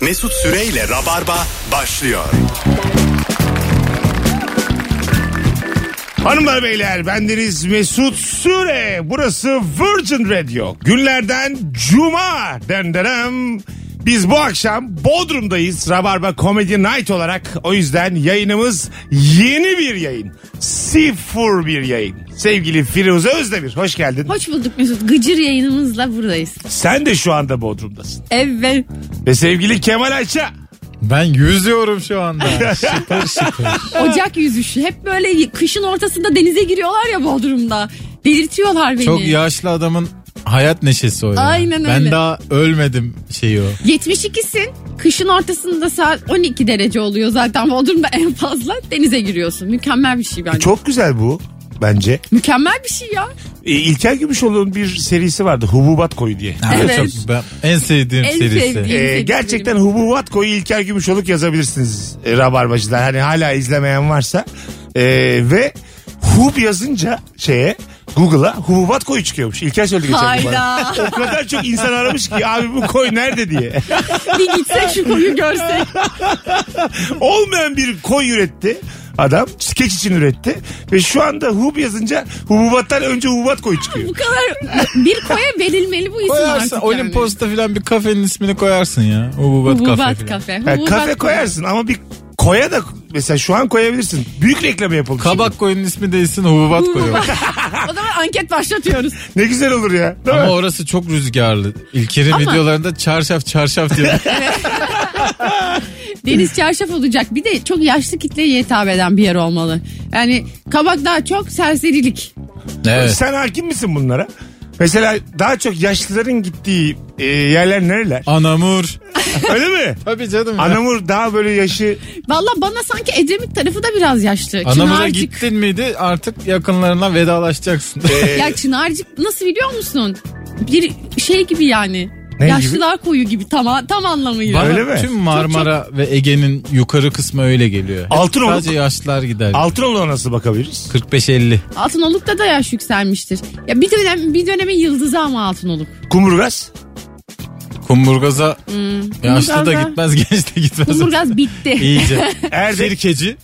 Mesut Süreyle Rabarba başlıyor. Hanımlar beyler bendeniz Mesut Süre. Burası Virgin Radio. Günlerden Cuma. Denderem. Biz bu akşam Bodrum'dayız. Rabarba Comedy Night olarak. O yüzden yayınımız yeni bir yayın. Sifur bir yayın. Sevgili Firuze Özdemir hoş geldin. Hoş bulduk Mesut. Gıcır yayınımızla buradayız. Sen de şu anda Bodrum'dasın. Evet. Ve sevgili Kemal Ayça. Ben yüzüyorum şu anda. şıpır şıpır. Ocak yüzüşü. Hep böyle kışın ortasında denize giriyorlar ya Bodrum'da. Delirtiyorlar beni. Çok yaşlı adamın hayat neşesi o ya. Aynen öyle. Ben daha ölmedim şeyi o. 72'sin. Kışın ortasında saat 12 derece oluyor zaten. Bodrum'da en fazla denize giriyorsun. Mükemmel bir şey bence. Çok güzel bu bence. Mükemmel bir şey ya. E, İlker Gümüşoğlu'nun bir serisi vardı. Hububat Koyu diye. Evet. Çok- ben en sevdiğim En serisi. sevdiğim. Ee, sevdiklerim. gerçekten Hububat Koyu İlker Gümüşoluk yazabilirsiniz e, Rabarbacılar. Hani hala izlemeyen varsa. Ee, ve Hub yazınca şeye Google'a Hububat Koyu çıkıyormuş. İlker söyledi geçen gün bana. Hayda. O kadar çok insan aramış ki abi bu koy nerede diye. bir gitsek şu koyu görsek. Olmayan bir koy üretti adam. Skeç için üretti. Ve şu anda Hub yazınca Hububat'tan önce Hububat Koyu çıkıyor. Bu kadar bir koya verilmeli bu isim Koyarsın artık. yani. Olimpos'ta falan bir kafenin ismini koyarsın ya. Ububat, kafe. Hububat falan. kafe. Yani Hububat kafe kafe. koyarsın ama bir koya da mesela şu an koyabilirsin. Büyük reklam yapılmış. Kabak koyunun ismi değilsin Hububat koyu. O zaman anket başlatıyoruz. Ne güzel olur ya. Değil mi? Ama orası çok rüzgarlı. İlker'in Ama- videolarında çarşaf çarşaf diye. Deniz çarşaf olacak. Bir de çok yaşlı kitleye hitap eden bir yer olmalı. Yani kabak daha çok serserilik. evet. Sen hakim misin bunlara? Mesela daha çok yaşlıların gittiği e, yerler nereler? Anamur. Öyle mi? Tabii canım. ya. Anamur daha böyle yaşı Valla bana sanki Edremit tarafı da biraz yaşlı. Anamur'a Çınarcık. gittin miydi artık yakınlarından vedalaşacaksın. Ya Çınarcık nasıl biliyor musun? Bir şey gibi yani. Ne Yaşlılar koyu gibi tam, tam anlamıyla. Bana Öyle mi? tüm Marmara ve Ege'nin yukarı kısmı öyle geliyor. Altınoluk. Sadece yaşlılar gider. Altınoluk'a nasıl bakabiliriz? 45-50. Altınoluk'ta da yaş yükselmiştir. Ya bir dönem bir dönemi yıldızı ama Altınoluk. Kumburgaz. Kumburgaz'a yaşlı da Hmm. Kumburgaz'a- gitmez genç de gitmez. Kumburgaz bitti. İyice. Erdek. Sirkeci.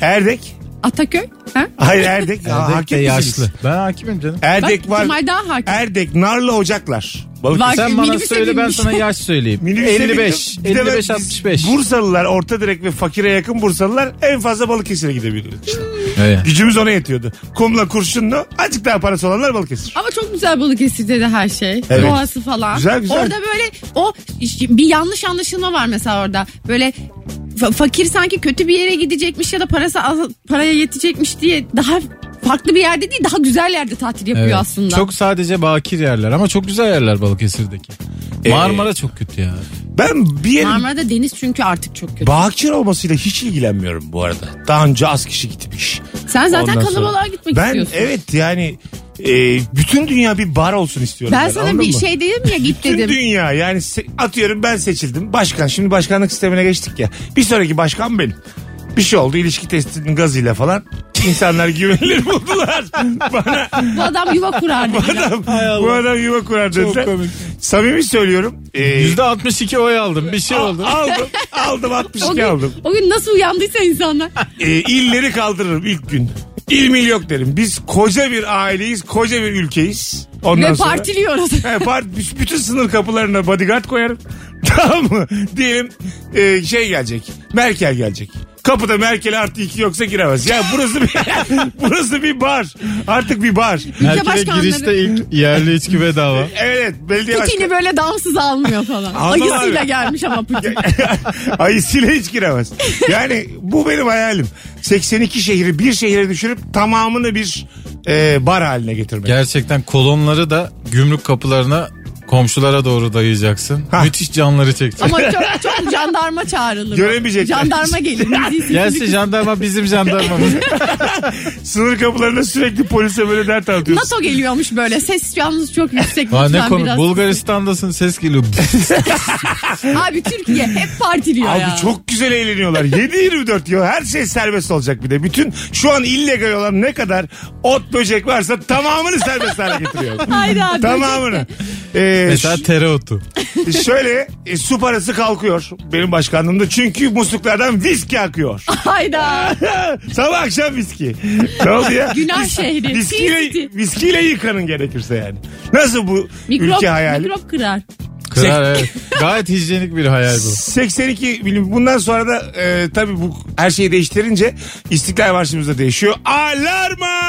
Erdek. Ataköy. Ha? Hayır Erdek. Aa, Erdek hakim de misiniz? yaşlı. Ben hakimim canım. Erdek Bak, var. Kemal daha hakim. Erdek, Narlı Ocaklar. Balık Var. Sen bana minibüse söyle ben binmiş. sana yaş söyleyeyim. Minibüse 55. bindim. Bir de ben- 55-65. Bursalılar, orta direk ve fakire yakın Bursalılar en fazla Balıkesir'e gidebiliyor. İşte Evet. gücümüz ona yetiyordu. Kumla kurşunla azıcık daha parası olanlar Balıkesir. Ama çok güzel Balıkesir'de de her şey. Evet. Doğası falan. Güzel, güzel. Orada böyle o işte bir yanlış anlaşılma var mesela orada. Böyle fa- fakir sanki kötü bir yere gidecekmiş ya da parası az, paraya yetecekmiş diye daha farklı bir yerde değil daha güzel yerde tatil yapıyor Evet. aslında. Çok sadece bakir yerler ama çok güzel yerler Balıkesir'deki. Ee, Marmara çok kötü ya. Ben bir yerin Marmara'da deniz çünkü artık çok kötü. Bahçeli olmasıyla hiç ilgilenmiyorum bu arada. Daha önce az kişi gitmiş. Sen zaten Ondan sonra- kalabalığa gitmek ben, istiyorsun. evet yani e, bütün dünya bir bar olsun istiyorum. ben sana anladın bir mı? şey dedim ya git Bütün dedim. dünya yani se- atıyorum ben seçildim başkan şimdi başkanlık sistemine geçtik ya bir sonraki başkan benim. Bir şey oldu ilişki testinin gazıyla falan insanlar güvenilir buldular. Bana Bu adam yuva kurar bu dedi. adam, Allah. bu adam yuva kurar Çok dediler. komik. Samimi söylüyorum. e, %62 oy aldım. Bir şey al- oldu. Aldım aldım O 62 aldım. gün, o gün nasıl uyandıysa insanlar. e, illeri kaldırırım ilk gün. İl mil yok derim. Biz koca bir aileyiz, koca bir ülkeyiz. Ondan ve sonra... partiliyoruz. He, part- b- bütün sınır kapılarına bodyguard koyarım. tamam mı? Diyelim e, şey gelecek. Merkel gelecek. Kapıda Merkel artı iki yoksa giremez. Ya burası bir, burası bir bar. Artık bir bar. Herkese başkanları- girişte ilk yerli içki bedava. Evet belediye başkanı. Putini böyle damsız almıyor falan. Almam Ayısıyla abi. gelmiş ama Putin. Ayısıyla hiç giremez. Yani bu benim hayalim. 82 şehri bir şehre düşürüp tamamını bir e, bar haline getirmek. Gerçekten kolonları da gümrük kapılarına komşulara doğru dayayacaksın. Ha. Müthiş canları çekecek. Ama çok, çok jandarma çağrılır. Göremeyecekler. Jandarma gelir. müziği sesi- Gelse jandarma bizim jandarmamız. Sınır kapılarında sürekli polise böyle dert anlatıyorsun. NATO geliyormuş böyle. Ses yalnız çok yüksek. Aa, ne lütfen konu? biraz. Bulgaristan'dasın ses geliyor. Abi Türkiye hep partiliyor Abi ya. çok güzel eğleniyorlar. 7-24 ya her şey serbest olacak bir de. Bütün şu an illegal olan ne kadar ot böcek varsa tamamını serbest hale getiriyor. Hayda. tamamını. böcek Ee, de. e, Mesela tereotu. ş- şöyle e, su parası kalkıyor benim başkanlığımda. Çünkü musluklardan viski akıyor. Hayda. Sabah akşam viski. Ne oldu ya? Günah Vis- şehri, Sin Viskiyle, City. viskiyle yıkanın gerekirse yani. Nasıl bu Mikrop, ülke hayali? mikrop kırar. Kırar evet. Gayet hijyenik bir hayal bu. 82 bilim. Bundan sonra da e, tabii bu her şeyi değiştirince İstiklal Marşımız da değişiyor. Alarma!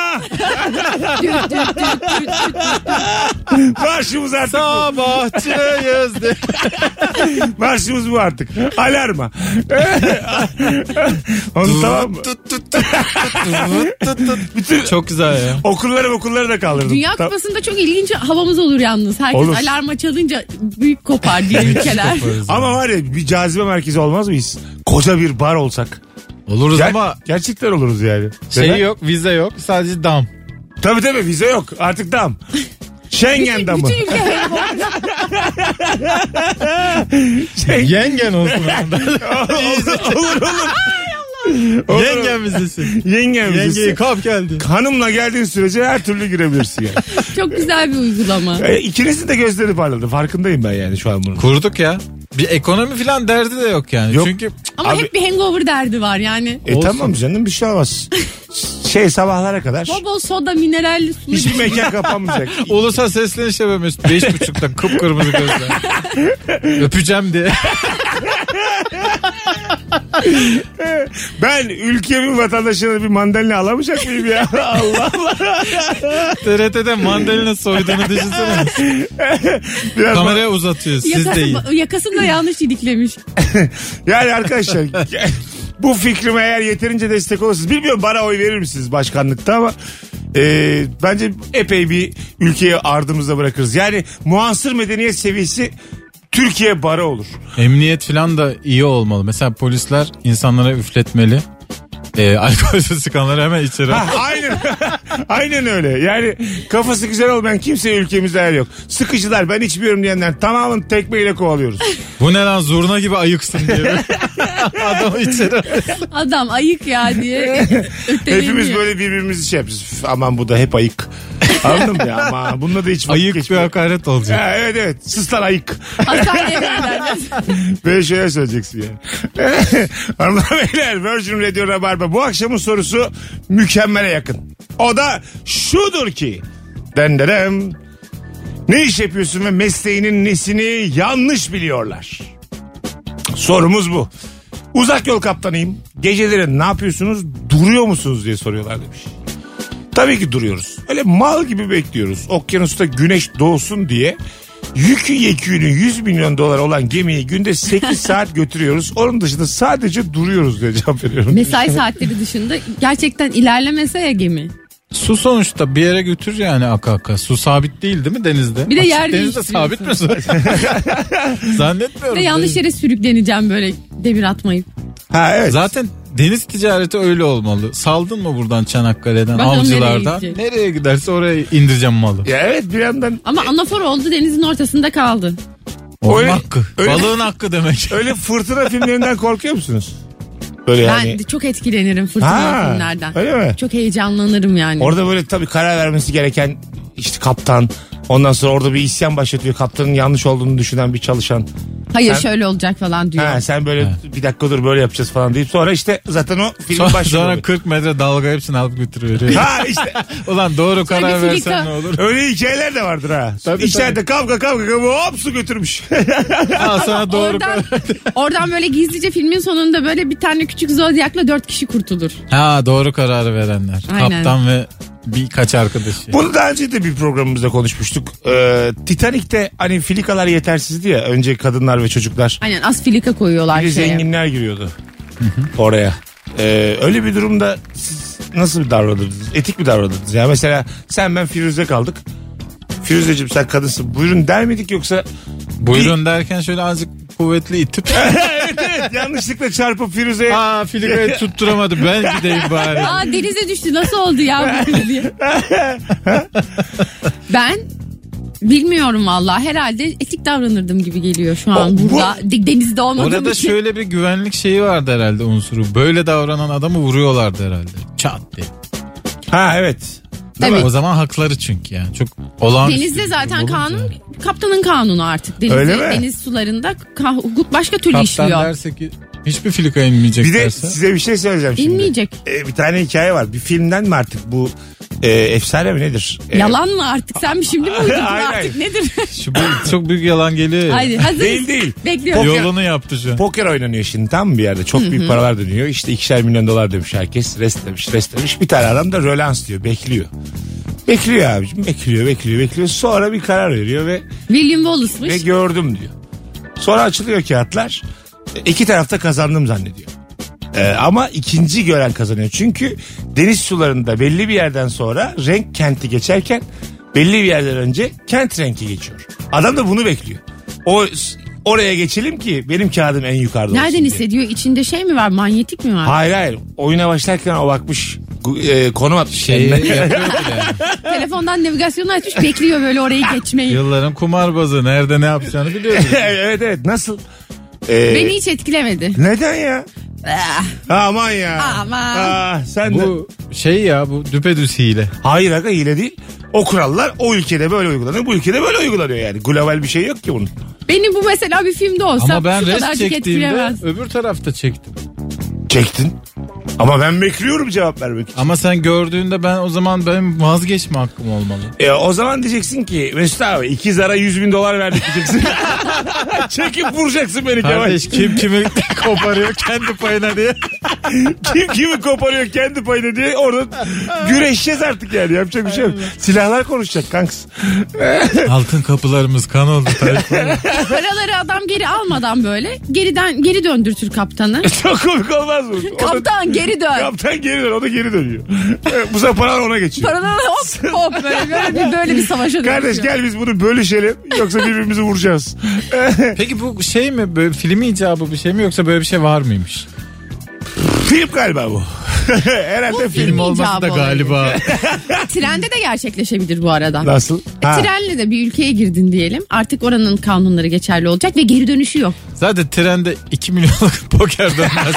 Marşımız artık bu. Sabahçıyız de. Marşımız bu artık. Alarma. Onu tamam mı? Bütün Çok güzel ya. okulları okulları da kaldırdım. Dünya Tam- kupasında çok ilginç havamız olur yalnız. Herkes Olur. alarma çalınca büyük kopar diğer ülkeler. Ama var ya bir cazibe merkezi olmaz mıyız? Koca bir bar olsak. Oluruz Ger- ama gerçekten oluruz yani. Neden? şey yok vize yok sadece dam. Tabii tabii vize yok. Artık dam. Schengen damı. Bütün ülke hayvan. Schengen- Yengen olsun. olur olur. olur. Olur. Yengen vizesi. Yengen vizesi. Yengeyi kap geldi. Hanımla geldiğin sürece her türlü girebilirsin yani. Çok güzel bir uygulama. E, ikinizin de gözleri parladı. Farkındayım ben yani şu an bunun. Kurduk ya. Bir ekonomi filan derdi de yok yani. Yok. Çünkü Ama Abi- hep bir hangover derdi var yani. E Olsun. tamam canım bir şey olmaz. Şey sabahlara kadar Bol bol soda, mineralli su. hiçbir mekan kapanmayacak. Ulusal sesleniş yapamıyorsun. Beş buçukta kıpkırmızı gözler. Öpeceğim diye. Ben ülkemin vatandaşına bir mandalina alamayacak mıyım ya? Allah Allah. TRT'de mandalina soyduğunu düşünsene. Biraz Kameraya uzatıyor siz değil. Yakası, yakasını da yanlış iliklemiş. Yani arkadaşlar bu fikrime eğer yeterince destek olursunuz. Bilmiyorum bana oy verir misiniz başkanlıkta ama e, bence epey bir ülkeyi ardımızda bırakırız. Yani muasır medeniyet seviyesi Türkiye bara olur. Emniyet filan da iyi olmalı. Mesela polisler insanlara üfletmeli. Ee, alkol sıkanları hemen içeri. Ha, Ah, aynen. aynen öyle. Yani kafası güzel olmayan kimseye ülkemizde yer yok. Sıkıcılar ben içmiyorum diyenler tamamını tekmeyle kovalıyoruz. Bu ne lan zurna gibi ayıksın diye. Adamı içeri. Adam ayık ya diye Hepimiz öteleniyor. böyle birbirimizi şey yapıyoruz. Üf, Aman bu da hep ayık. Anladın mı ya? Ama bununla da hiç vakit Ayık bir geçmiyor. hakaret olacak. Ha, evet evet. Sıslan ayık. Hastaneye göndermez. Böyle şeyler söyleyeceksin yani. Hanımlar beyler Virgin Radio Rabarba bu akşamın sorusu mükemmele yakın. O da şudur ki. Denderem. Ne iş yapıyorsun ve mesleğinin nesini yanlış biliyorlar. Sorumuz bu. Uzak yol kaptanıyım. Geceleri ne yapıyorsunuz? Duruyor musunuz diye soruyorlar demiş. Tabii ki duruyoruz. Öyle mal gibi bekliyoruz. Okyanusta güneş doğsun diye yükü yekünü 100 milyon dolar olan gemiyi günde 8 saat götürüyoruz. Onun dışında sadece duruyoruz diye cevap veriyorum. Mesai saatleri dışında gerçekten ilerlemese ya gemi. Su sonuçta bir yere götür yani aka aka. Su sabit değil değil mi denizde? Bir de Açık yer Denizde sabit mi su? Zannetmiyorum. Ve yanlış yere sürükleneceğim böyle demir atmayıp. Ha evet. Zaten deniz ticareti öyle olmalı. Saldın mı buradan Çanakkale'den, Bakalım avcılardan? nereye gidecek? Nereye, giderse oraya indireceğim malı. Ya evet bir yandan Ama anafor oldu denizin ortasında kaldı. Onun Öyle- hakkı. öyle- Balığın hakkı demek. öyle fırtına filmlerinden korkuyor musunuz? Böyle yani. Ben de çok etkilenirim fırtına Ha, filmlerden. öyle mi? Çok heyecanlanırım yani. Orada böyle tabii karar vermesi gereken işte kaptan. Ondan sonra orada bir isyan başlatıyor. Kaptanın yanlış olduğunu düşünen bir çalışan. Hayır Sen- şöyle olacak falan diyor. Ha, sen böyle bir dakika dur böyle yapacağız falan deyip sonra işte zaten o film Sonra, şey başlıyor. sonra 40 metre dalga hepsini alıp götürüyor. Ha işte Ulan doğru karar bir versen filika. ne olur? öyle hikayeler de vardır ha. Tabii, İçeride kavga kavga kavga hop su götürmüş. Al sana doğru karar. Oradan, oradan böyle gizlice filmin sonunda böyle bir tane küçük zodyakla dört kişi kurtulur. Ha doğru kararı verenler. Aynen. Kaptan ve birkaç arkadaşı. Bunu daha önce de bir programımızda konuşmuştuk. Ee, Titanik'te hani filikalar yetersizdi ya önce kadınlar ve çocuklar. Aynen asfilika koyuyorlar Bir de şeye. zenginler giriyordu oraya. Ee, öyle bir durumda siz nasıl davranırdınız? Etik mi davranırdınız? Ya mesela sen ben Firuze kaldık. Firuzeciğim sen kadınsın. Buyurun der miydik yoksa Buyurun derken şöyle azıcık kuvvetli itip. evet evet yanlışlıkla çarpıp Firuze'ye Aa filikayı tutturamadı ben gideyim bari. Aa denize düştü nasıl oldu ya bu kız diye. ben bilmiyorum valla herhalde etik davranırdım gibi geliyor şu O- an bu- burada De- denizde olmadığım Orada için. şöyle bir güvenlik şeyi vardı herhalde unsuru. Böyle davranan adamı vuruyorlardı herhalde. Çat diye. Ha evet. Tabii. Tabii. O zaman hakları çünkü yani. Çok olağanüstü. Denizde bir zaten durum olunca. kanun kaptanın kanunu artık. Denizde, Öyle mi? Deniz sularında kah- hukuk başka türlü Kaptan işliyor. derse ki hiçbir filika inmeyecek Bir de derse. size bir şey söyleyeceğim şimdi. İnmeyecek. Ee, bir tane hikaye var. Bir filmden mi artık bu e, efsane mi nedir? E, Yalan mı artık? Sen mi şimdi mi uydurdun Hayır, artık? Nedir? Şu bu- çok büyük yalan geliyor. Haydi hazırız. Şey, Değil, değil. Bekliyorum. Yok. Yolunu yaptı şu. an. Poker oynanıyor şimdi tam mı bir yerde? Çok büyük paralar dönüyor. İşte ikişer milyon dolar demiş herkes. Rest demiş, rest demiş. Bir tane adam da rölans diyor. Bekliyor. Bekliyor abicim. Bekliyor, bekliyor, bekliyor. Sonra bir karar veriyor ve ve William Wallace'mış. gördüm diyor. Sonra açılıyor kağıtlar. E, İki tarafta kazandım zannediyor. E, ama ikinci gören kazanıyor. Çünkü deniz sularında belli bir yerden sonra renk kenti geçerken belli bir yerden önce kent rengi geçiyor. Adam da bunu bekliyor. O oraya geçelim ki benim kağıdım en yukarıda olsun Nereden diye. hissediyor? İçinde şey mi var? Manyetik mi var? Hayır hayır. Oyuna başlarken o bakmış. gu- E, konum atmış. Şeyi kendine. yapıyordu Şey yani. Telefondan navigasyonu açmış bekliyor böyle orayı geçmeyi. Yılların kumarbazı nerede ne yapacağını biliyordu. evet evet. Nasıl? E, Beni hiç etkilemedi. Neden ya? Aman ya. Aman. Aa, sen de. bu şey ya bu düpedüz hile. Hayır aga hile değil. O kurallar o ülkede böyle uygulanıyor. Bu ülkede böyle uygulanıyor yani. Global bir şey yok ki bunun. Beni bu mesela bir filmde olsa Ama ben şu rest kadarcık çektiğimde etkilemez. öbür tarafta çektim. Çektin. Ama ben bekliyorum cevap vermek için. Ama sen gördüğünde ben o zaman benim vazgeçme hakkım olmalı. E, o zaman diyeceksin ki Mesut abi iki zara 100 bin dolar verdik diyeceksin. Çekip vuracaksın beni Kemal. Kardeş kim kimi koparıyor kendi payına diye. Kim kimi koparıyor kendi payını diye orada güreşeceğiz artık yani. Yapacak bir şey yok. Silahlar konuşacak kanks. Altın kapılarımız kan oldu. tarifleri. Paraları adam geri almadan böyle geriden geri döndürtür kaptanı. Çok komik olmaz mı? O da- Kaptan geri dön. Kaptan geri dön. O da geri dönüyor. E, Bu sefer paralar ona geçiyor. Paraları hop hop böyle, böyle bir, böyle bir savaşa Kardeş dönüşüyor. gel biz bunu bölüşelim yoksa birbirimizi vuracağız. Peki bu şey mi böyle filmi icabı bir şey mi yoksa böyle bir şey var mıymış? film galiba bu. Herhalde Bu film. film. Film olması icabı da galiba. Trende de gerçekleşebilir bu arada. Nasıl? Ha. Trenle de bir ülkeye girdin diyelim. Artık oranın kanunları geçerli olacak ve geri dönüşü yok. Zaten trende 2 milyonluk poker dönmez.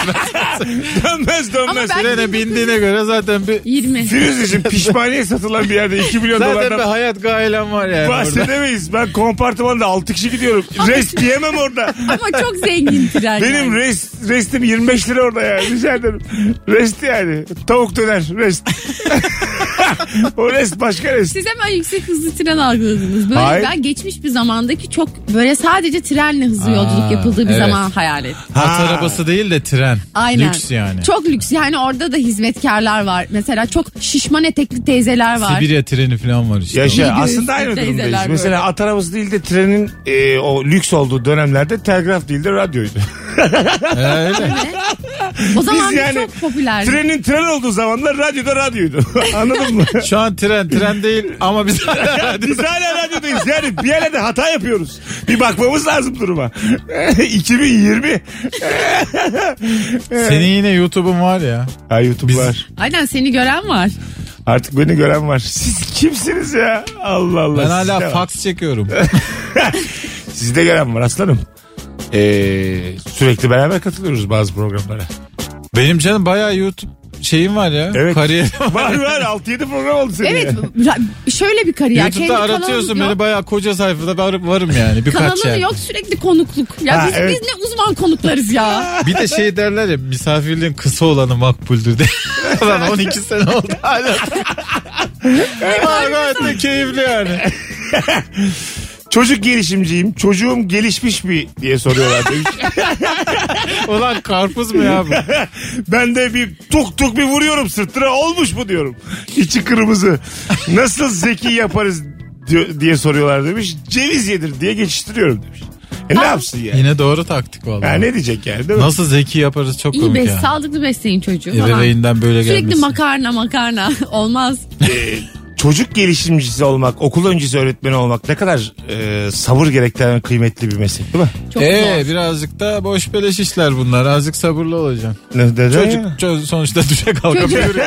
Dönmez dönmez. Ama ben- Trene bindiğine göre zaten bir 20. Firuzeciğim, pişmaniye satılan bir yerde 2 milyon zaten bir dolardan hayat gailem var yani. orada. bahsedemeyiz. Ben kompartımanda 6 kişi gidiyorum. Rest diyemem orada. Ama çok zengin tren. Benim yani. rest, restim 25 lira orada ya. Rica ederim. Rest yani. Tavuk döner rest. o rest başka rest. Siz hemen yüksek hızlı tren algıladınız. Böyle Hayır. ben geçmiş bir zamandaki çok böyle sadece trenle hızlı yolculuk Aa, yapıldığı bir evet. zaman hayal et. At Ha. arabası değil de tren. Aynen. Lüks yani. Çok lüks yani orada da hizmetkarlar var. Mesela çok şişman etekli teyzeler var. Sibirya treni falan var işte. Yaşa İyi göğüs, aslında aynı teyzeler durumdayız. böyle. Mesela at arabası değil de trenin e, o lüks olduğu dönemlerde telgraf değil de radyoydu. Ee, öyle. O zaman Biz da yani çok popüler. Trenin tren olduğu zamanlar radyoda radyoydu. Anladın mı? Şu an tren tren değil ama biz Biz hala radyodayız. Yani bir yerde hata yapıyoruz. Bir bakmamız lazım duruma. 2020. Senin yine YouTube'un var ya. Ha YouTube Biz- var. Aynen seni gören var. Artık beni gören var. Siz kimsiniz ya? Allah Allah. Ben sizde hala var. fax çekiyorum. Sizde gören var aslanım. Ee, sürekli beraber katılıyoruz bazı programlara. Benim canım bayağı YouTube şeyim var ya. Evet. Kariyerim Var var. var 6-7 program oldu senin. Evet ya. ra- şöyle bir kariyer. Kendi YouTube'da kanalın aratıyorsun yok. beni bayağı koca sayfada varım, varım yani birkaç Kanalın yer. yok sürekli konukluk. Ya Ha, biz, evet. biz ne uzman konuklarız ya. Bir de şey derler ya misafirliğin kısa olanı makbuldür diye. Ulan 12 sene oldu hala. Ama gayet de keyifli yani. Çocuk gelişimciyim. Çocuğum gelişmiş mi diye soruyorlar demiş. Ulan karpuz mu ya bu? ben de bir tuk tuk bir vuruyorum sırtına olmuş mu diyorum. İçi kırmızı. Nasıl zeki yaparız diyor- diye soruyorlar demiş. Ceviz yedir diye geçiştiriyorum demiş. E ne yapsın yani? Yine doğru taktik vallahi. Ya ne diyecek yani değil mi? Nasıl zeki yaparız çok İyi komik bes, yani. sağlıklı besleyin çocuğu. falan. Ebeveyinden böyle Sürekli gelmesi. makarna makarna olmaz. Ee, çocuk gelişimcisi olmak, okul öncesi öğretmeni olmak ne kadar e, sabır gerektiren kıymetli bir meslek değil mi? Çok Ee, zor. birazcık da boş beleş işler bunlar. Azıcık sabırlı olacaksın. Ne, neden Çocuk ya? ço- sonuçta düşe kalkabilir. Çocuk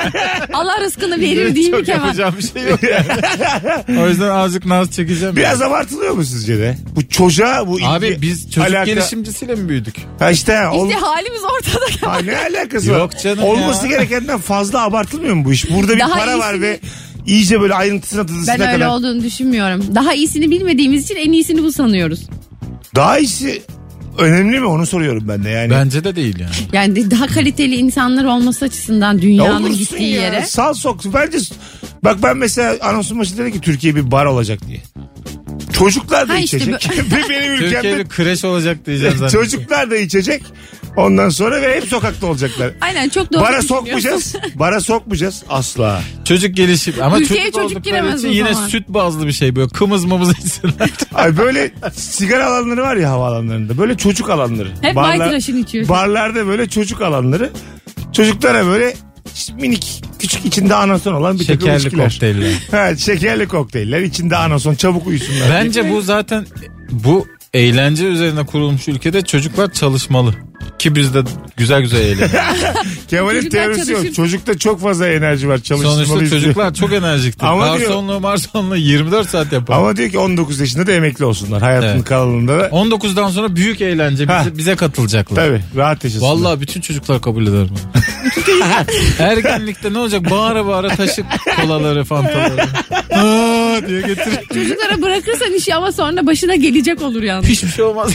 Allah rızkını verir değil mi Çok Kemal? yapacağım bir şey yok yani. o yüzden azıcık naz çekeceğim. Biraz yani. abartılıyor mu sizce de? Bu çocuğa bu ilgi- Abi biz çocuk alaka- Hani gelişimcisiyle mi büyüdük? Ha işte, ol- İşte halimiz ortada. Ha ne alakası var? Yok canım Olması ya. gerekenden fazla abartılmıyor mu bu iş? Burada bir Daha para var iyisini- ve iyice böyle ayrıntısına tadısına Ben kadar. öyle olduğunu düşünmüyorum. Daha iyisini bilmediğimiz için en iyisini bu sanıyoruz. Daha iyisi önemli mi onu soruyorum ben de yani. Bence de değil yani. Yani de- daha kaliteli insanlar olması açısından Ya dünyanın olursun gittiği ya. yere. Sal sok. Bence bak ben mesela anonsun başında dedi ki Türkiye bir bar olacak diye. Çocuklar da Ha işte içecek. Benim ülkemde Türkiye'de kreş olacak diyeceğim zaten. çocuklar da içecek. Ondan sonra ve hep sokakta olacaklar. Aynen çok doğru. Bara düşünüyorsun. sokmayacağız. Bara sokmayacağız asla. Çocuk gelişim ama Ülkeye çocuk, çocuk oldukları giremez için o yine zaman. süt bazlı bir şey böyle kımız mımız içsinler. Ay böyle sigara alanları var ya havaalanlarında. Böyle çocuk alanları. Hep bay tıraşını içiyor. Barlarda böyle çocuk alanları. Çocuklara böyle minik küçük içinde anason olan bir takım Şekerli içkiler. kokteyller. Evet şekerli kokteyller. içinde anason çabuk uyusunlar. Bence bu zaten bu eğlence üzerine kurulmuş ülkede çocuklar çalışmalı. Ki biz de güzel güzel eğlenelim. Kemal'in Çocuklar teorisi yok. çalışır. Çocukta çok fazla enerji var. Çalışmalı Sonuçta istiyor. çocuklar çok enerjiktir. Ama Garsonlu marsonlu 24 saat yapar. Ama diyor ki 19 yaşında da emekli olsunlar. Hayatın Evet. kalanında da. 19'dan sonra büyük eğlence bize, Ha. bize katılacaklar. Tabii rahat yaşasınlar. Vallahi bütün çocuklar kabul eder bunu. Ergenlikte ne olacak? Bağıra bağıra taşık kolaları, fantaları. Aa diye getir. Çocuklara bırakırsan işi ama sonra başına gelecek olur yalnız. Hiçbir şey olmaz.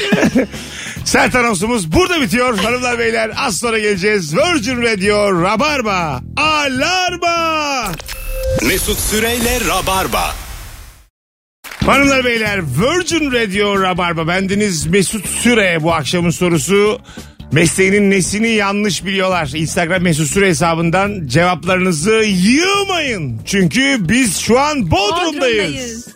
Sert anonsumuz burada bitiyor. Hanımlar beyler az sonra geleceğiz. Virgin Radio Rabarba Alarma. Mesut Süreyle Rabarba. Hanımlar beyler Virgin Radio Rabarba bendeniz Mesut Süre bu akşamın sorusu. Mesleğinin nesini yanlış biliyorlar? Instagram Mesut Süre hesabından cevaplarınızı yığmayın. Çünkü biz şu an Bodrum'dayız.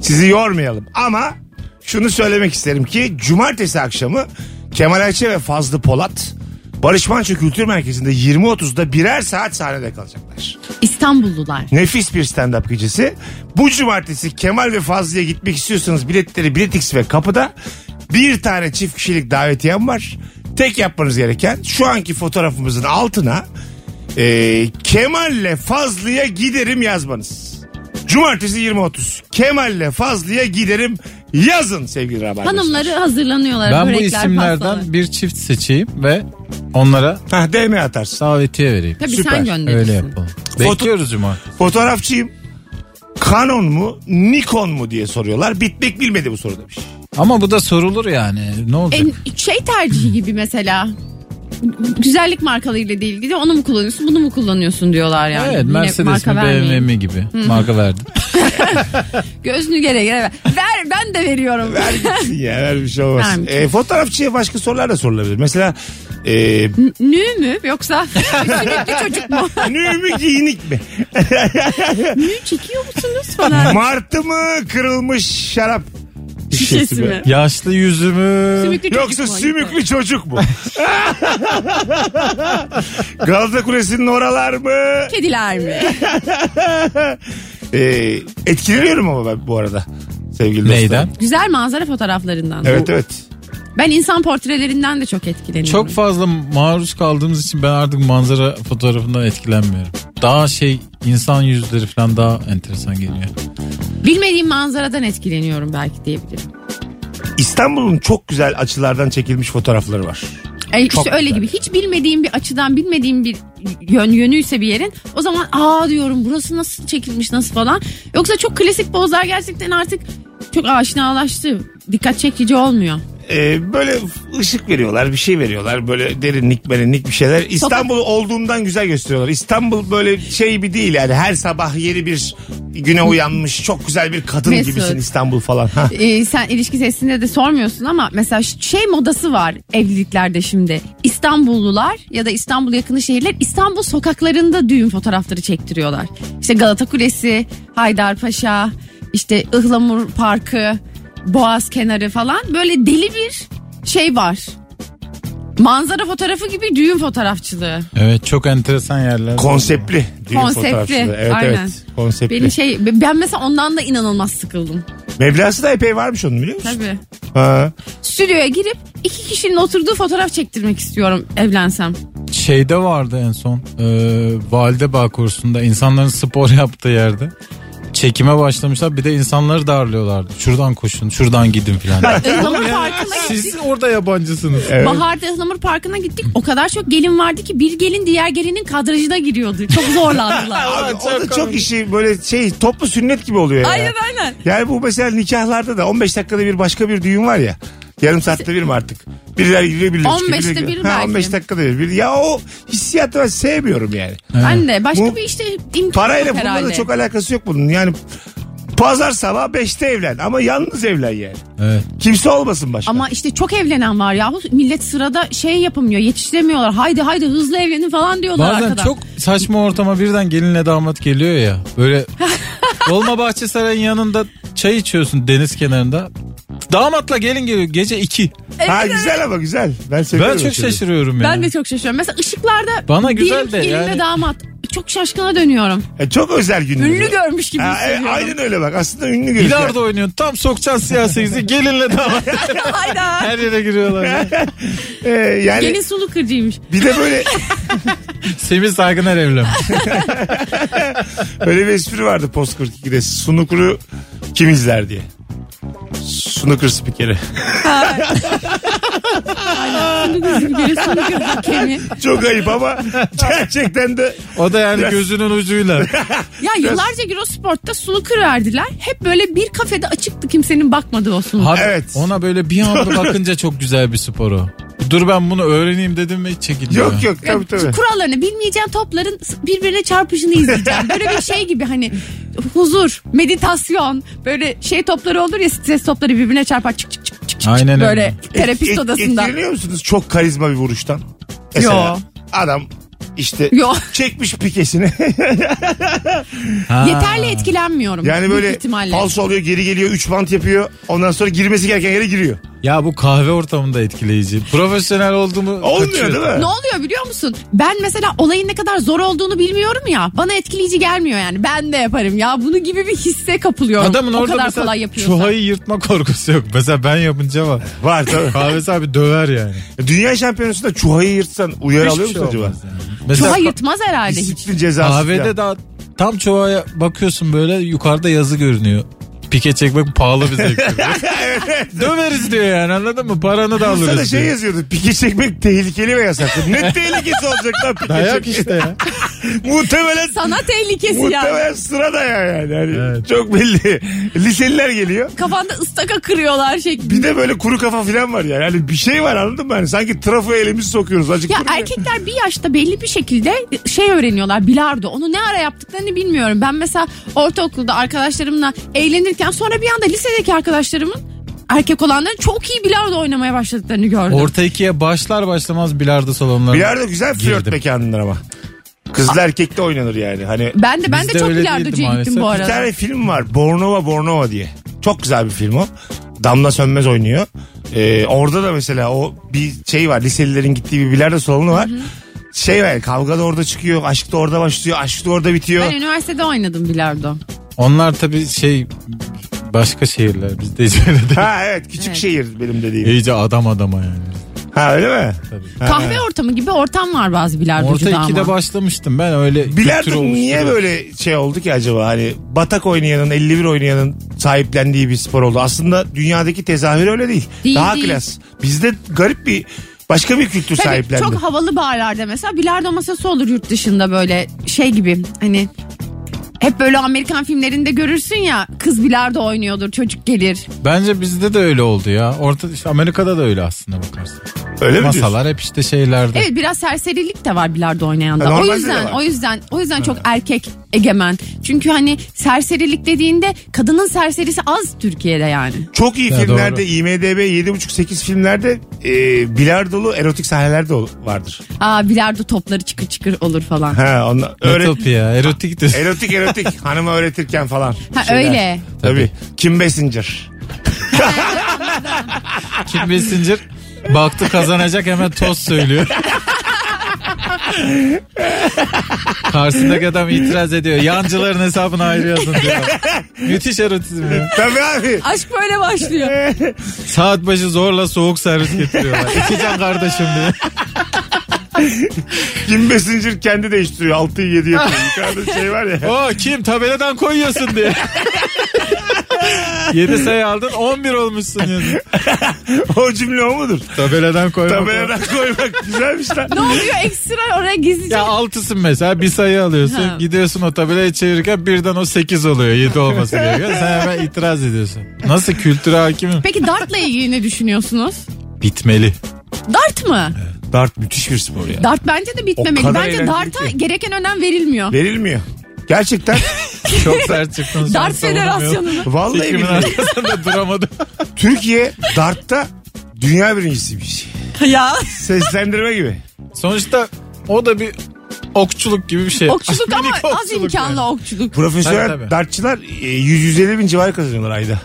Sizi yormayalım ama şunu söylemek isterim ki cumartesi akşamı Kemal Ayçe ve Fazlı Polat Barış Manço Kültür Merkezi'nde 20.30'da birer saat sahnede kalacaklar. İstanbullular. Nefis bir stand-up gecesi. Bu cumartesi Kemal ve Fazlı'ya gitmek istiyorsanız biletleri Biletix ve kapıda bir tane çift kişilik davetiyem var. Tek yapmanız gereken şu anki fotoğrafımızın altına e, Kemal'le Fazlı'ya giderim yazmanız. Cumartesi 20.30 Kemal'le Fazlı'ya giderim yazın sevgili Rabarbacılar. Hanımları hazırlanıyorlar. Ben bu börekler, isimlerden pastalar. bir çift seçeyim ve onlara Hah, DM atarsın. davetiye vereyim. Tabii Süper. sen Öyle gönderirsin. yapalım. Bekliyoruz cuma. Fotoğrafçıyım. Canon mu Nikon mu diye soruyorlar. Bitmek bilmedi bu soru demiş. Ama bu da sorulur yani. Ne olacak? En, şey tercihi gibi mesela. Güzellik markalarıyla da ilgili onu mu kullanıyorsun bunu mu kullanıyorsun diyorlar yani. evet Yine Mercedes marka mi vermeyin. BMW mi gibi. Marka verdim. Gözünü gere gere ver. Ver ben de veriyorum. Ver gitsin ya ver bir şey olmaz. Vermiş. E, fotoğrafçıya başka sorular da sorulabilir. Mesela e, Nü mü yoksa sürekli çocuk mu? nü mü giyinik mi? Nü çekiyor musunuz falan. Martı mı kırılmış şarap Şişesi mi? Yaşlı yüzümü. Sümüklü çocuk Yoksa mu? sümüklü çocuk mu? Galata Kulesi'nin oralar mı? Kediler mi? E, etkileniyorum ama ben bu arada sevgili Neyden? dostlarım. Güzel manzara fotoğraflarından. Evet evet. Ben insan portrelerinden de çok etkileniyorum. Çok fazla maruz kaldığımız için ben artık manzara fotoğrafından etkilenmiyorum. Daha şey insan yüzleri falan daha enteresan geliyor. Bilmediğim manzaradan etkileniyorum belki diyebilirim. İstanbul'un çok güzel açılardan çekilmiş fotoğrafları var. E, işte Çok öyle güzel. gibi. Hiç bilmediğim bir açıdan bilmediğim bir yön yönüyse bir yerin o zaman aa diyorum burası nasıl çekilmiş nasıl falan. Yoksa çok klasik pozlar gerçekten artık çok aşinalaştı. Dikkat çekici olmuyor. e, böyle ışık veriyorlar bir şey veriyorlar böyle derinlik merinlik bir şeyler İstanbul olduğundan güzel gösteriyorlar İstanbul böyle şey bir değil yani her sabah yeni bir güne uyanmış çok güzel bir kadın Mesut. gibisin İstanbul falan ha. Ee, sen ilişki testinde de sormuyorsun ama mesela ş- şey modası var evliliklerde şimdi. İstanbullular ya da İstanbul yakını şehirler İstanbul sokaklarında düğün fotoğrafları çektiriyorlar. İşte Galata Kulesi, Haydarpaşa, işte Ihlamur Parkı, Boğaz kenarı falan böyle deli bir şey var. Manzara fotoğrafı gibi düğün fotoğrafçılığı. Evet çok enteresan yerler. konseptli düğün Konseptli, fotoğrafçılığı. evet aynen. evet konseptli Benim şey ben mesela ondan da inanılmaz sıkıldım. meblası da epey varmış onun biliyor musun Tabii. ha. Stüdyoya girip iki kişinin oturduğu fotoğraf çektirmek istiyorum evlensem. Şeyde vardı en son. E, Valide Bağ kursunda insanların spor yaptığı yerde. çekime başlamışlar. Bir de insanları darlıyorlardı. Şuradan koşun, şuradan gidin filan. Ihlamur Parkı'na Siz orada yabancısınız. Bahar'da Ihlamur Parkı'na gittik. O kadar çok gelin vardı ki bir gelin diğer gelinin kadrajına giriyordu. Çok zorlandılar. Abi, o da çok işi böyle şey toplu sünnet gibi oluyor ya. aynen aynen. Yani bu mesela nikahlarda da 15 dakikada bir başka bir düğün var ya. Yarım saatte bir mi artık? Birileri giriyor birileri çıkıyor, 15'te birileri giriyor. bir Ha, belki. 15 dakikada bir. bir. Ya o hissiyatı ben sevmiyorum yani. Ben de başka Bu- bir işte imkan Parayla yok bununla herhalde. da çok alakası yok bunun. Yani pazar sabah 5'te evlen ama yalnız evlen yani. Evet. Kimse olmasın başka. Ama işte çok evlenen var ya. Millet sırada şey yapamıyor, yetiştiremiyorlar. Haydi haydi hızlı evlenin falan diyorlar Bazen arkadan. çok saçma ortama birden gelinle damat geliyor ya. Böyle Dolmabahçe Sarayı'nın yanında çay içiyorsun deniz kenarında. Damatla gelin geliyor gece 2. ha güzel ama güzel. Ben Ben seviyorum. çok şimdi. şaşırıyorum yani. Ben de çok şaşırıyorum. Mesela ışıklarda Bana diyelim güzel ki de gelinle yani. damat. Çok şaşkına dönüyorum. E, çok özel günler. Ünlü görmüş gibi Ha, e, hissediyorum. aynen öyle bak. Aslında ünlü görüş. Bilardo oynuyorsun. Tam sokacaksın siyaseti. Gelinle damat. Hayda. Her yere giriyorlar. ya. E, yani Gelin sulu kırıcıymış. bir de böyle Semih Saygıner evlenmiş. Öyle bir espri vardı Post 42'de. Sunukuru kim izler diye. Sunukur spikeri. Gelin sulu kırıcı Çok ayıp ama gerçekten de O da yani gözünün ucuyla. Ya yıllarca Eurosport'ta sulu kırardılar. Hep böyle bir kafede açıktı kimsenin bakmadığı o sulu. Abi Evet. ona böyle bir anda bakınca çok güzel bir spor o. Dur ben bunu öğreneyim dedim mi hiç çekilmiyor. yok yok tabii tabii. Kurallarını bilmeyeceğim topların birbirine çarpışını izleyeceğim. Böyle bir şey gibi hani huzur, meditasyon, böyle şey topları olur ya stres topları birbirine çarpar çık çık çık çık, çık çık. Aynen öyle. böyle E, terapist Et- et- odasında. Etkileniyor musunuz çok karizma bir vuruştan? Mesela Yo. adam işte Yo. çekmiş pikesini. Ha. Yeterli etkilenmiyorum. yani büyük böyle ihtimalle. falso oluyor geri geliyor 3 bant yapıyor. Ondan sonra girmesi gereken yere giriyor. Ya bu kahve ortamında etkileyici. Profesyonel olduğumu Olmuyor değil mi? Ne oluyor biliyor musun? Ben mesela olayın ne kadar zor olduğunu bilmiyorum ya. Bana etkileyici gelmiyor yani. Ben de yaparım ya. Bunu gibi bir hisse kapılıyorum. Adamın o orada kadar mesela kolay yapıyorsa. çuhayı yırtma korkusu yok. Mesela ben yapınca var. Var tabii. Kahvesi abi döver yani. E, Dünya şampiyonasında çuhayı yırtsan uyarı alıyor musun şey acaba? Mesela Çuha yırtmaz herhalde hiç. Disiplin cezası. kahvede falan. daha tam çuhaya bakıyorsun böyle yukarıda yazı görünüyor. Pike çekmek pahalı bir zevktir. Döveriz diyor yani anladın mı? Paranı da alırız Sana diyor. şey yazıyordu. Pike çekmek tehlikeli ve yasaklı. Ne tehlikesi olacak lan pike Dayak çekmek? işte ya. Muhtemelen Sana tehlikesi ya. Muhtemelen sırada ya yani. Hani Evet. Çok belli. Liseliler geliyor. Kafanda ıstaka kırıyorlar şeklinde. Bir de böyle kuru kafa falan var yani. Hani bir şey var anladın mı? Hani sanki trafoya elimizi sokuyoruz. Azıcık Ya kuru- erkekler bir yaşta belli bir şekilde şey öğreniyorlar bilardo. Onu ne ara yaptıklarını bilmiyorum. Ben mesela ortaokulda arkadaşlarımla eğlenirken sonra bir anda lisedeki arkadaşlarımın erkek olanların çok iyi bilardo oynamaya başladıklarını gördüm. Orta ikiye başlar başlamaz bilardo salonlarına. Bir yerde güzel flört Girdim. mekanındır ama. Kızlı erkekte oynanır yani. Hani ben de ben de Bizde çok öyle değildi bilardocuya maalesef. gittim bu bir arada. tane film var. Bornova Bornova diye. Çok güzel bir film o. Damla Sönmez oynuyor. Ee, orada da mesela o bir şey var. Liselilerin gittiği bir bilardo salonu var. Şey var kavga da orada çıkıyor. Aşk da orada başlıyor. Aşk da orada bitiyor. Ben üniversitede oynadım bilardo. Onlar tabii şey başka şehirler bizde hiç öyle değil. Ha evet küçük Evet. şehir benim dediğim. İyice adam adama yani. Ha öyle mi? Ha. Kahve ortamı gibi ortam var bazı Orta bilardocuda ikide ama. başlamıştım ben öyle kültür Bilardo olmuştu. niye böyle şey oldu ki acaba? Hani batak oynayanın 51 oynayanın sahiplendiği bir spor oldu. Aslında dünyadaki tezahür öyle değil. Değil, Daha değil. klas. Bizde garip bir başka bir kültür Tabii, sahiplendi. çok havalı barlarda mesela bilardo masası olur yurt dışında böyle şey gibi hani hep böyle Amerikan filmlerinde görürsün ya kız bilardo oynuyordur çocuk gelir. Bence bizde de öyle oldu ya. Orta işte Amerika'da da öyle aslında bakarsın. öyle mi diyorsun? Masalar hep işte şeylerde. Evet biraz serserilik de var bilardo oynayanda. Ha, E, normalde o de yüzden var. o yüzden o yüzden çok erkek egemen. Çünkü hani serserilik dediğinde kadının serserisi az Türkiye'de yani. Çok iyi Ya, filmlerde doğru. IMDB 7.5-8 filmlerde e, bilardolu erotik sahneler de ol- vardır. Aa bilardo topları çıkır çıkır olur falan. Ha, onla, öyle, Ütopya, erotik de. erotik erotik hanıma öğretirken falan. Ha, Şeyler. öyle. Tabii. Kim Basinger. Kim Besincir baktı kazanacak hemen toz söylüyor. Karşısındaki adam itiraz ediyor. Yancıların hesabını ayrı yazın diyor. Müthiş erotizm ya. Tabii abi. Aşk böyle başlıyor. Saat başı zorla soğuk servis getiriyorlar. İçeceğim kardeşim diye. 25. kendi değiştiriyor. 6'yı 7 yapıyor. Yukarıda şey var ya. O kim tabeladan koyuyorsun diye. 7 sayı aldın 11 olmuşsun yazın. O cümle o mudur? Tabeladan koymak. Tabeladan koymak güzelmiş lan. Ne oluyor ekstra oraya gizlice. Ya altısın mesela bir sayı alıyorsun Ha. gidiyorsun o tabelayı çevirirken birden o 8 oluyor 7 olması gerekiyor. Sen hemen itiraz ediyorsun. Nasıl kültüre hakimim? Peki dartla ilgili ne düşünüyorsunuz? Bitmeli. Dart mı? Dart müthiş bir spor ya. Dart bence de O bitmemeli. kadar Bence eğlenceli darta ki. gereken önem verilmiyor. Verilmiyor. Gerçekten. Çok sert çıktın. şu an Dart savunamıyorum. Federasyonu'nu. Vallahi Fikrimin billahi. arkasında duramadım. Türkiye dartta dünya birincisiymiş. ya Seslendirme gibi. Sonuçta o da bir okçuluk gibi bir şey. okçuluk ama Minik az okçuluk imkanlı yani. okçuluk. Profesyonel Tabii, tabii. dartçılar e, 100-150 bin civarı kazanıyorlar ayda.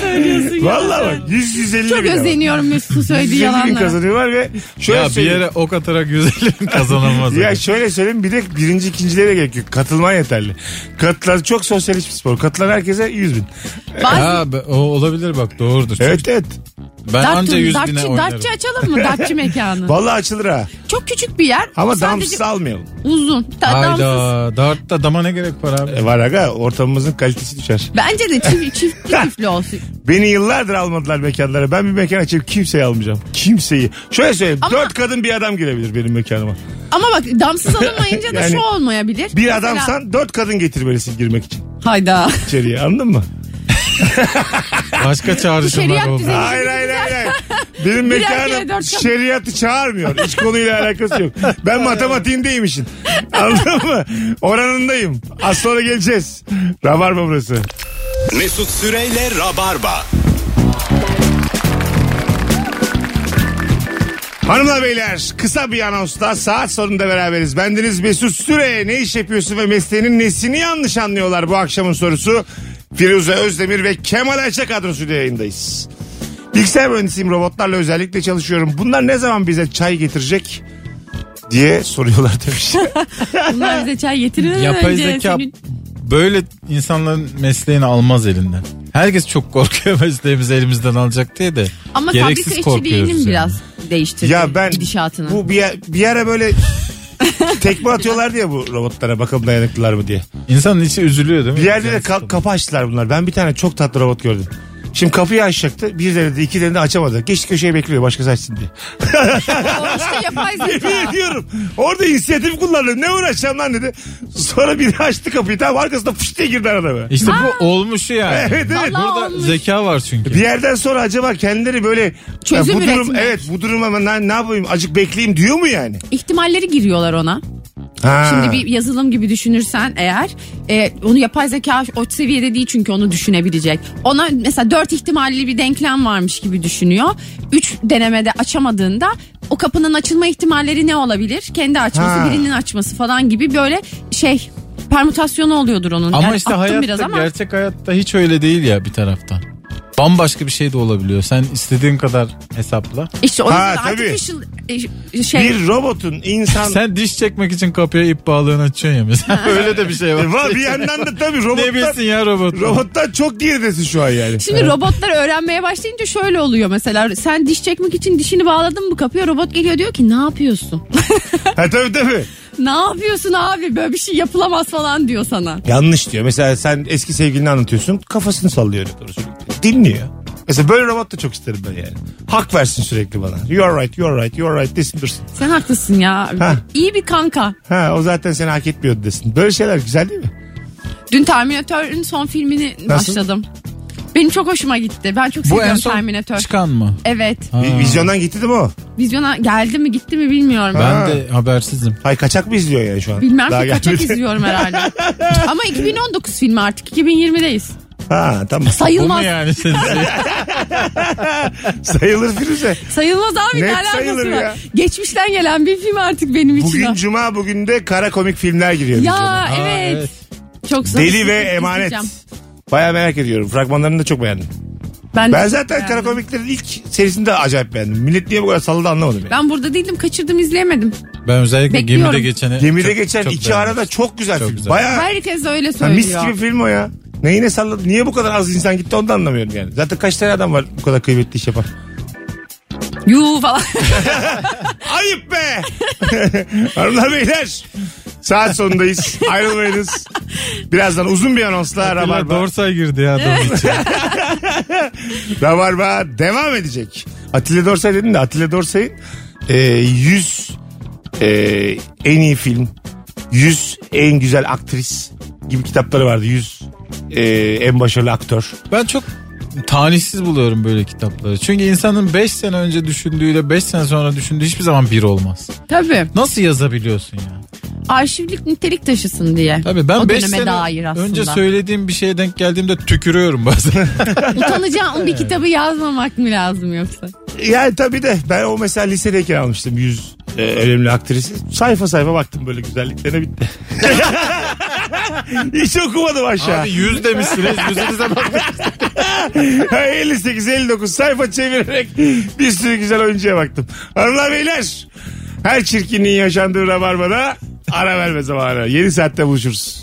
Söylüyorsun ya. Vallahi bak 100-150 bin. Çok ama. özeniyorum Mesut'un 150 söylediği bin yalanlara. kazanıyorlar ve şöyle Ya şey- bir söyleyeyim. yere ok atarak güzelim kazanılmaz. Ya şöyle söyleyeyim bir de birinci ikincilere de gerek yok. Katılman yeterli. Katılan çok sosyalist bir spor. Katılan herkese 100 bin. Bazı Ha, be- o olabilir bak doğrudur. Evet evet. Ben anca Dartçı, 100 bine dartçı, oynarım. dartçı açalım mı? Dartçı mekanı. Vallahi açılır ha. Çok küçük bir yer. Ama Sadece damsız almayalım. uzun. Ta- damsız. Hayda dartta dama ne gerek var abi? E var aga ortamımızın kalitesi düşer. Bence de çift, çiftli çiftli olsun. Beni yıllardır almadılar mekanlara. Ben bir mekan açıp kimseyi almayacağım. Kimseyi. Şöyle söyleyeyim. Ama- Dört kadın bir adam girebilir benim mekanıma. Ama bak damsız alamayınca da Yani şu olmayabilir. Bir Mesela- adamsan dört kadın getirmelisin girmek için Hayda. içeriye. Anladın mı? Başka çağrışımlar Şeriat oldu. düzeni. Hayır hayır hayır. hayır. Benim Bir erkeğe dört mekanım kadın. şeriatı çağırmıyor. Hiç konuyla alakası yok. Ben matematiğindeyim işin. Anladın mı? Oranındayım. Az sonra geleceğiz. Rabarba burası. Mesut Süreyle Rabarba. Hanımlar beyler kısa bir anonsla saat sonunda beraberiz. Bendeniz Mesut Süre ne iş yapıyorsun ve mesleğinin nesini yanlış anlıyorlar bu akşamın sorusu. Firuze Özdemir ve Kemal Ayça kadrosuyla yayındayız. Bilgisayar mühendisiyim robotlarla özellikle çalışıyorum. Bunlar ne zaman bize çay getirecek diye soruyorlar demiş. Bunlar bize çay getirir Yapay Ee, önce zeka senin- böyle insanların mesleğini almaz elinden. Herkes çok korkuyor mesleğimizi elimizden alacak diye de. Ama gereksiz fabrika korkuyoruz. işçiliğinin yani. biraz değiştirdi ya ben gidişatını. bu bir, bir ara böyle tekme atıyorlar diye bu robotlara bakalım dayanıklılar mı diye. İnsanın içi üzülüyor değil mi? Bir yerde de ka- kapı açtılar bunlar. Ben bir tane çok tatlı robot gördüm. Şimdi kapıyı açacaktı. Bir denedi, iki denedi açamadı. Geçti köşeye bekliyor başkası açsın diye. O işte yapay zeka. Yemin ediyorum. Orada inisiyatif kullanıyor. Ne uğraşacağım lan dedi. Sonra biri açtı kapıyı. Tamam arkasında fış diye girdi arada böyle. İşte bu olmuşu yani. Evet evet. Vallahi Burada olmuş. zeka var çünkü. Bir yerden sonra acaba kendileri böyle Çözüm ya bu durum üretmek. evet bu duruma ben ne, ne yapayım acık bekleyeyim diyor mu yani? İhtimalleri giriyorlar ona. Ha. Şimdi bir yazılım gibi düşünürsen eğer e, onu yapay zeka o seviyede değil çünkü onu düşünebilecek. Ona mesela dört ihtimalli bir denklem varmış gibi düşünüyor. Üç denemede açamadığında o kapının açılma ihtimalleri ne olabilir? Kendi açması, Ha. birinin açması falan gibi böyle şey permütasyonu oluyordur onun. Ama Yani işte attım hayatta biraz ama gerçek hayatta hiç öyle değil ya bir taraftan. Bambaşka bir şey de olabiliyor. Sen istediğin kadar hesapla. işte o yüzden Ha, tabii. artificial e, şey Bir robotun insan... Sen diş çekmek için kapıya ip bağlığını açıyorsun ya mesela. öyle de bir şey var. E, var, bir yandan da tabii ne robottan, bilsin ya robot. robottan çok geridesin şu an yani. Şimdi robotlar öğrenmeye başlayınca şöyle oluyor mesela sen diş çekmek için dişini bağladın mı kapıya robot geliyor diyor ki ne yapıyorsun? Ha, tabii tabii. ne yapıyorsun abi böyle bir şey yapılamaz falan diyor sana. Yanlış diyor. Mesela sen eski sevgilini anlatıyorsun. Kafasını sallıyor öyle doğru sürekli. Dinliyor. Mesela böyle robot da çok isterim ben yani. Hak versin sürekli bana. You are right, you are right, you are right desin dursun. Sen haklısın ya. Ha. İyi bir kanka. Ha o zaten seni hak etmiyordu desin. Böyle şeyler güzel değil mi? Dün Terminator'ün son filmini Nasıl? başladım. Benim çok hoşuma gitti. Ben çok Bu en seviyorum son Terminator. çıkan mı? Evet. Ha. Vi- Vizyondan gitti değil mi o? Vizyona geldi mi gitti mi bilmiyorum. Ben de habersizim. Hay kaçak mı izliyor yani şu an? Bilmem Daha ki kaçak gelmedi. izliyorum herhalde. Ama 2019 filmi artık 2020'deyiz. Ha tamam. Bu mu Sayılmaz. yani senin şey? Sayılır Firuze. Sayılmaz abi Net ne alakası sayılır var? ya. Geçmişten gelen bir film artık benim için. Bugün cuma bugün de kara komik filmler giriyor ya şey vizyona. evet. evet. Çok zor. Deli ve İzleyeceğim. emanet. Baya merak ediyorum. Fragmanlarını da çok beğendim. Ben, Ben zaten Yani. kara komiklerin ilk serisini de acayip beğendim. Millet niye bu kadar salladı anlamadım. Yani. Ben burada değildim kaçırdım izleyemedim. Ben özellikle Bekliyorum. gemide geçeni Gemide çok- geçen çok iki beğendim. arada çok güzel Çok film. güzel. Bayağı Herkes öyle Ha, mis söylüyor. gibi film o ya. Neyine salladı? Niye bu kadar az insan gitti onu da anlamıyorum yani. Zaten kaç tane adam var bu kadar kıymetli iş yapan. Yuu falan. Ayıp be. Hanımlar beyler. Saat sonundayız. Ayrılmayınız. Birazdan uzun bir anonsla Rabarba. Rabarba. Dorsay girdi ya adamın içine. Rabarba devam edecek. Atilla Dorsay dedin de Atilla Dorsay'ın e, 100 e, en iyi film, 100 en güzel aktris gibi kitapları vardı. 100 e, en başarılı aktör. Ben çok talihsiz buluyorum böyle kitapları. Çünkü insanın 5 sene önce düşündüğüyle 5 sene sonra düşündüğü hiçbir zaman bir olmaz. Tabii. Nasıl yazabiliyorsun ya? Arşivlik nitelik taşısın diye. Tabii ben o 5 döneme sene dair aslında. önce söylediğim bir şeye denk geldiğimde tükürüyorum bazen. Utanacağım bir kitabı yazmamak mı lazım yoksa? Yani tabii de ben o mesela lisedeyken almıştım 100 e, önemli aktrisi. Sayfa sayfa baktım böyle güzelliklerine bitti. Hiç okumadım aşağı. Abi yüz demişsiniz yüzünüze baktık. 58-59 sayfa çevirerek bir sürü güzel oyuncuya baktım. Hanımlar beyler her çirkinliğin yaşandığı Rabarba'da ara verme zamanı. Yeni saatte buluşuruz.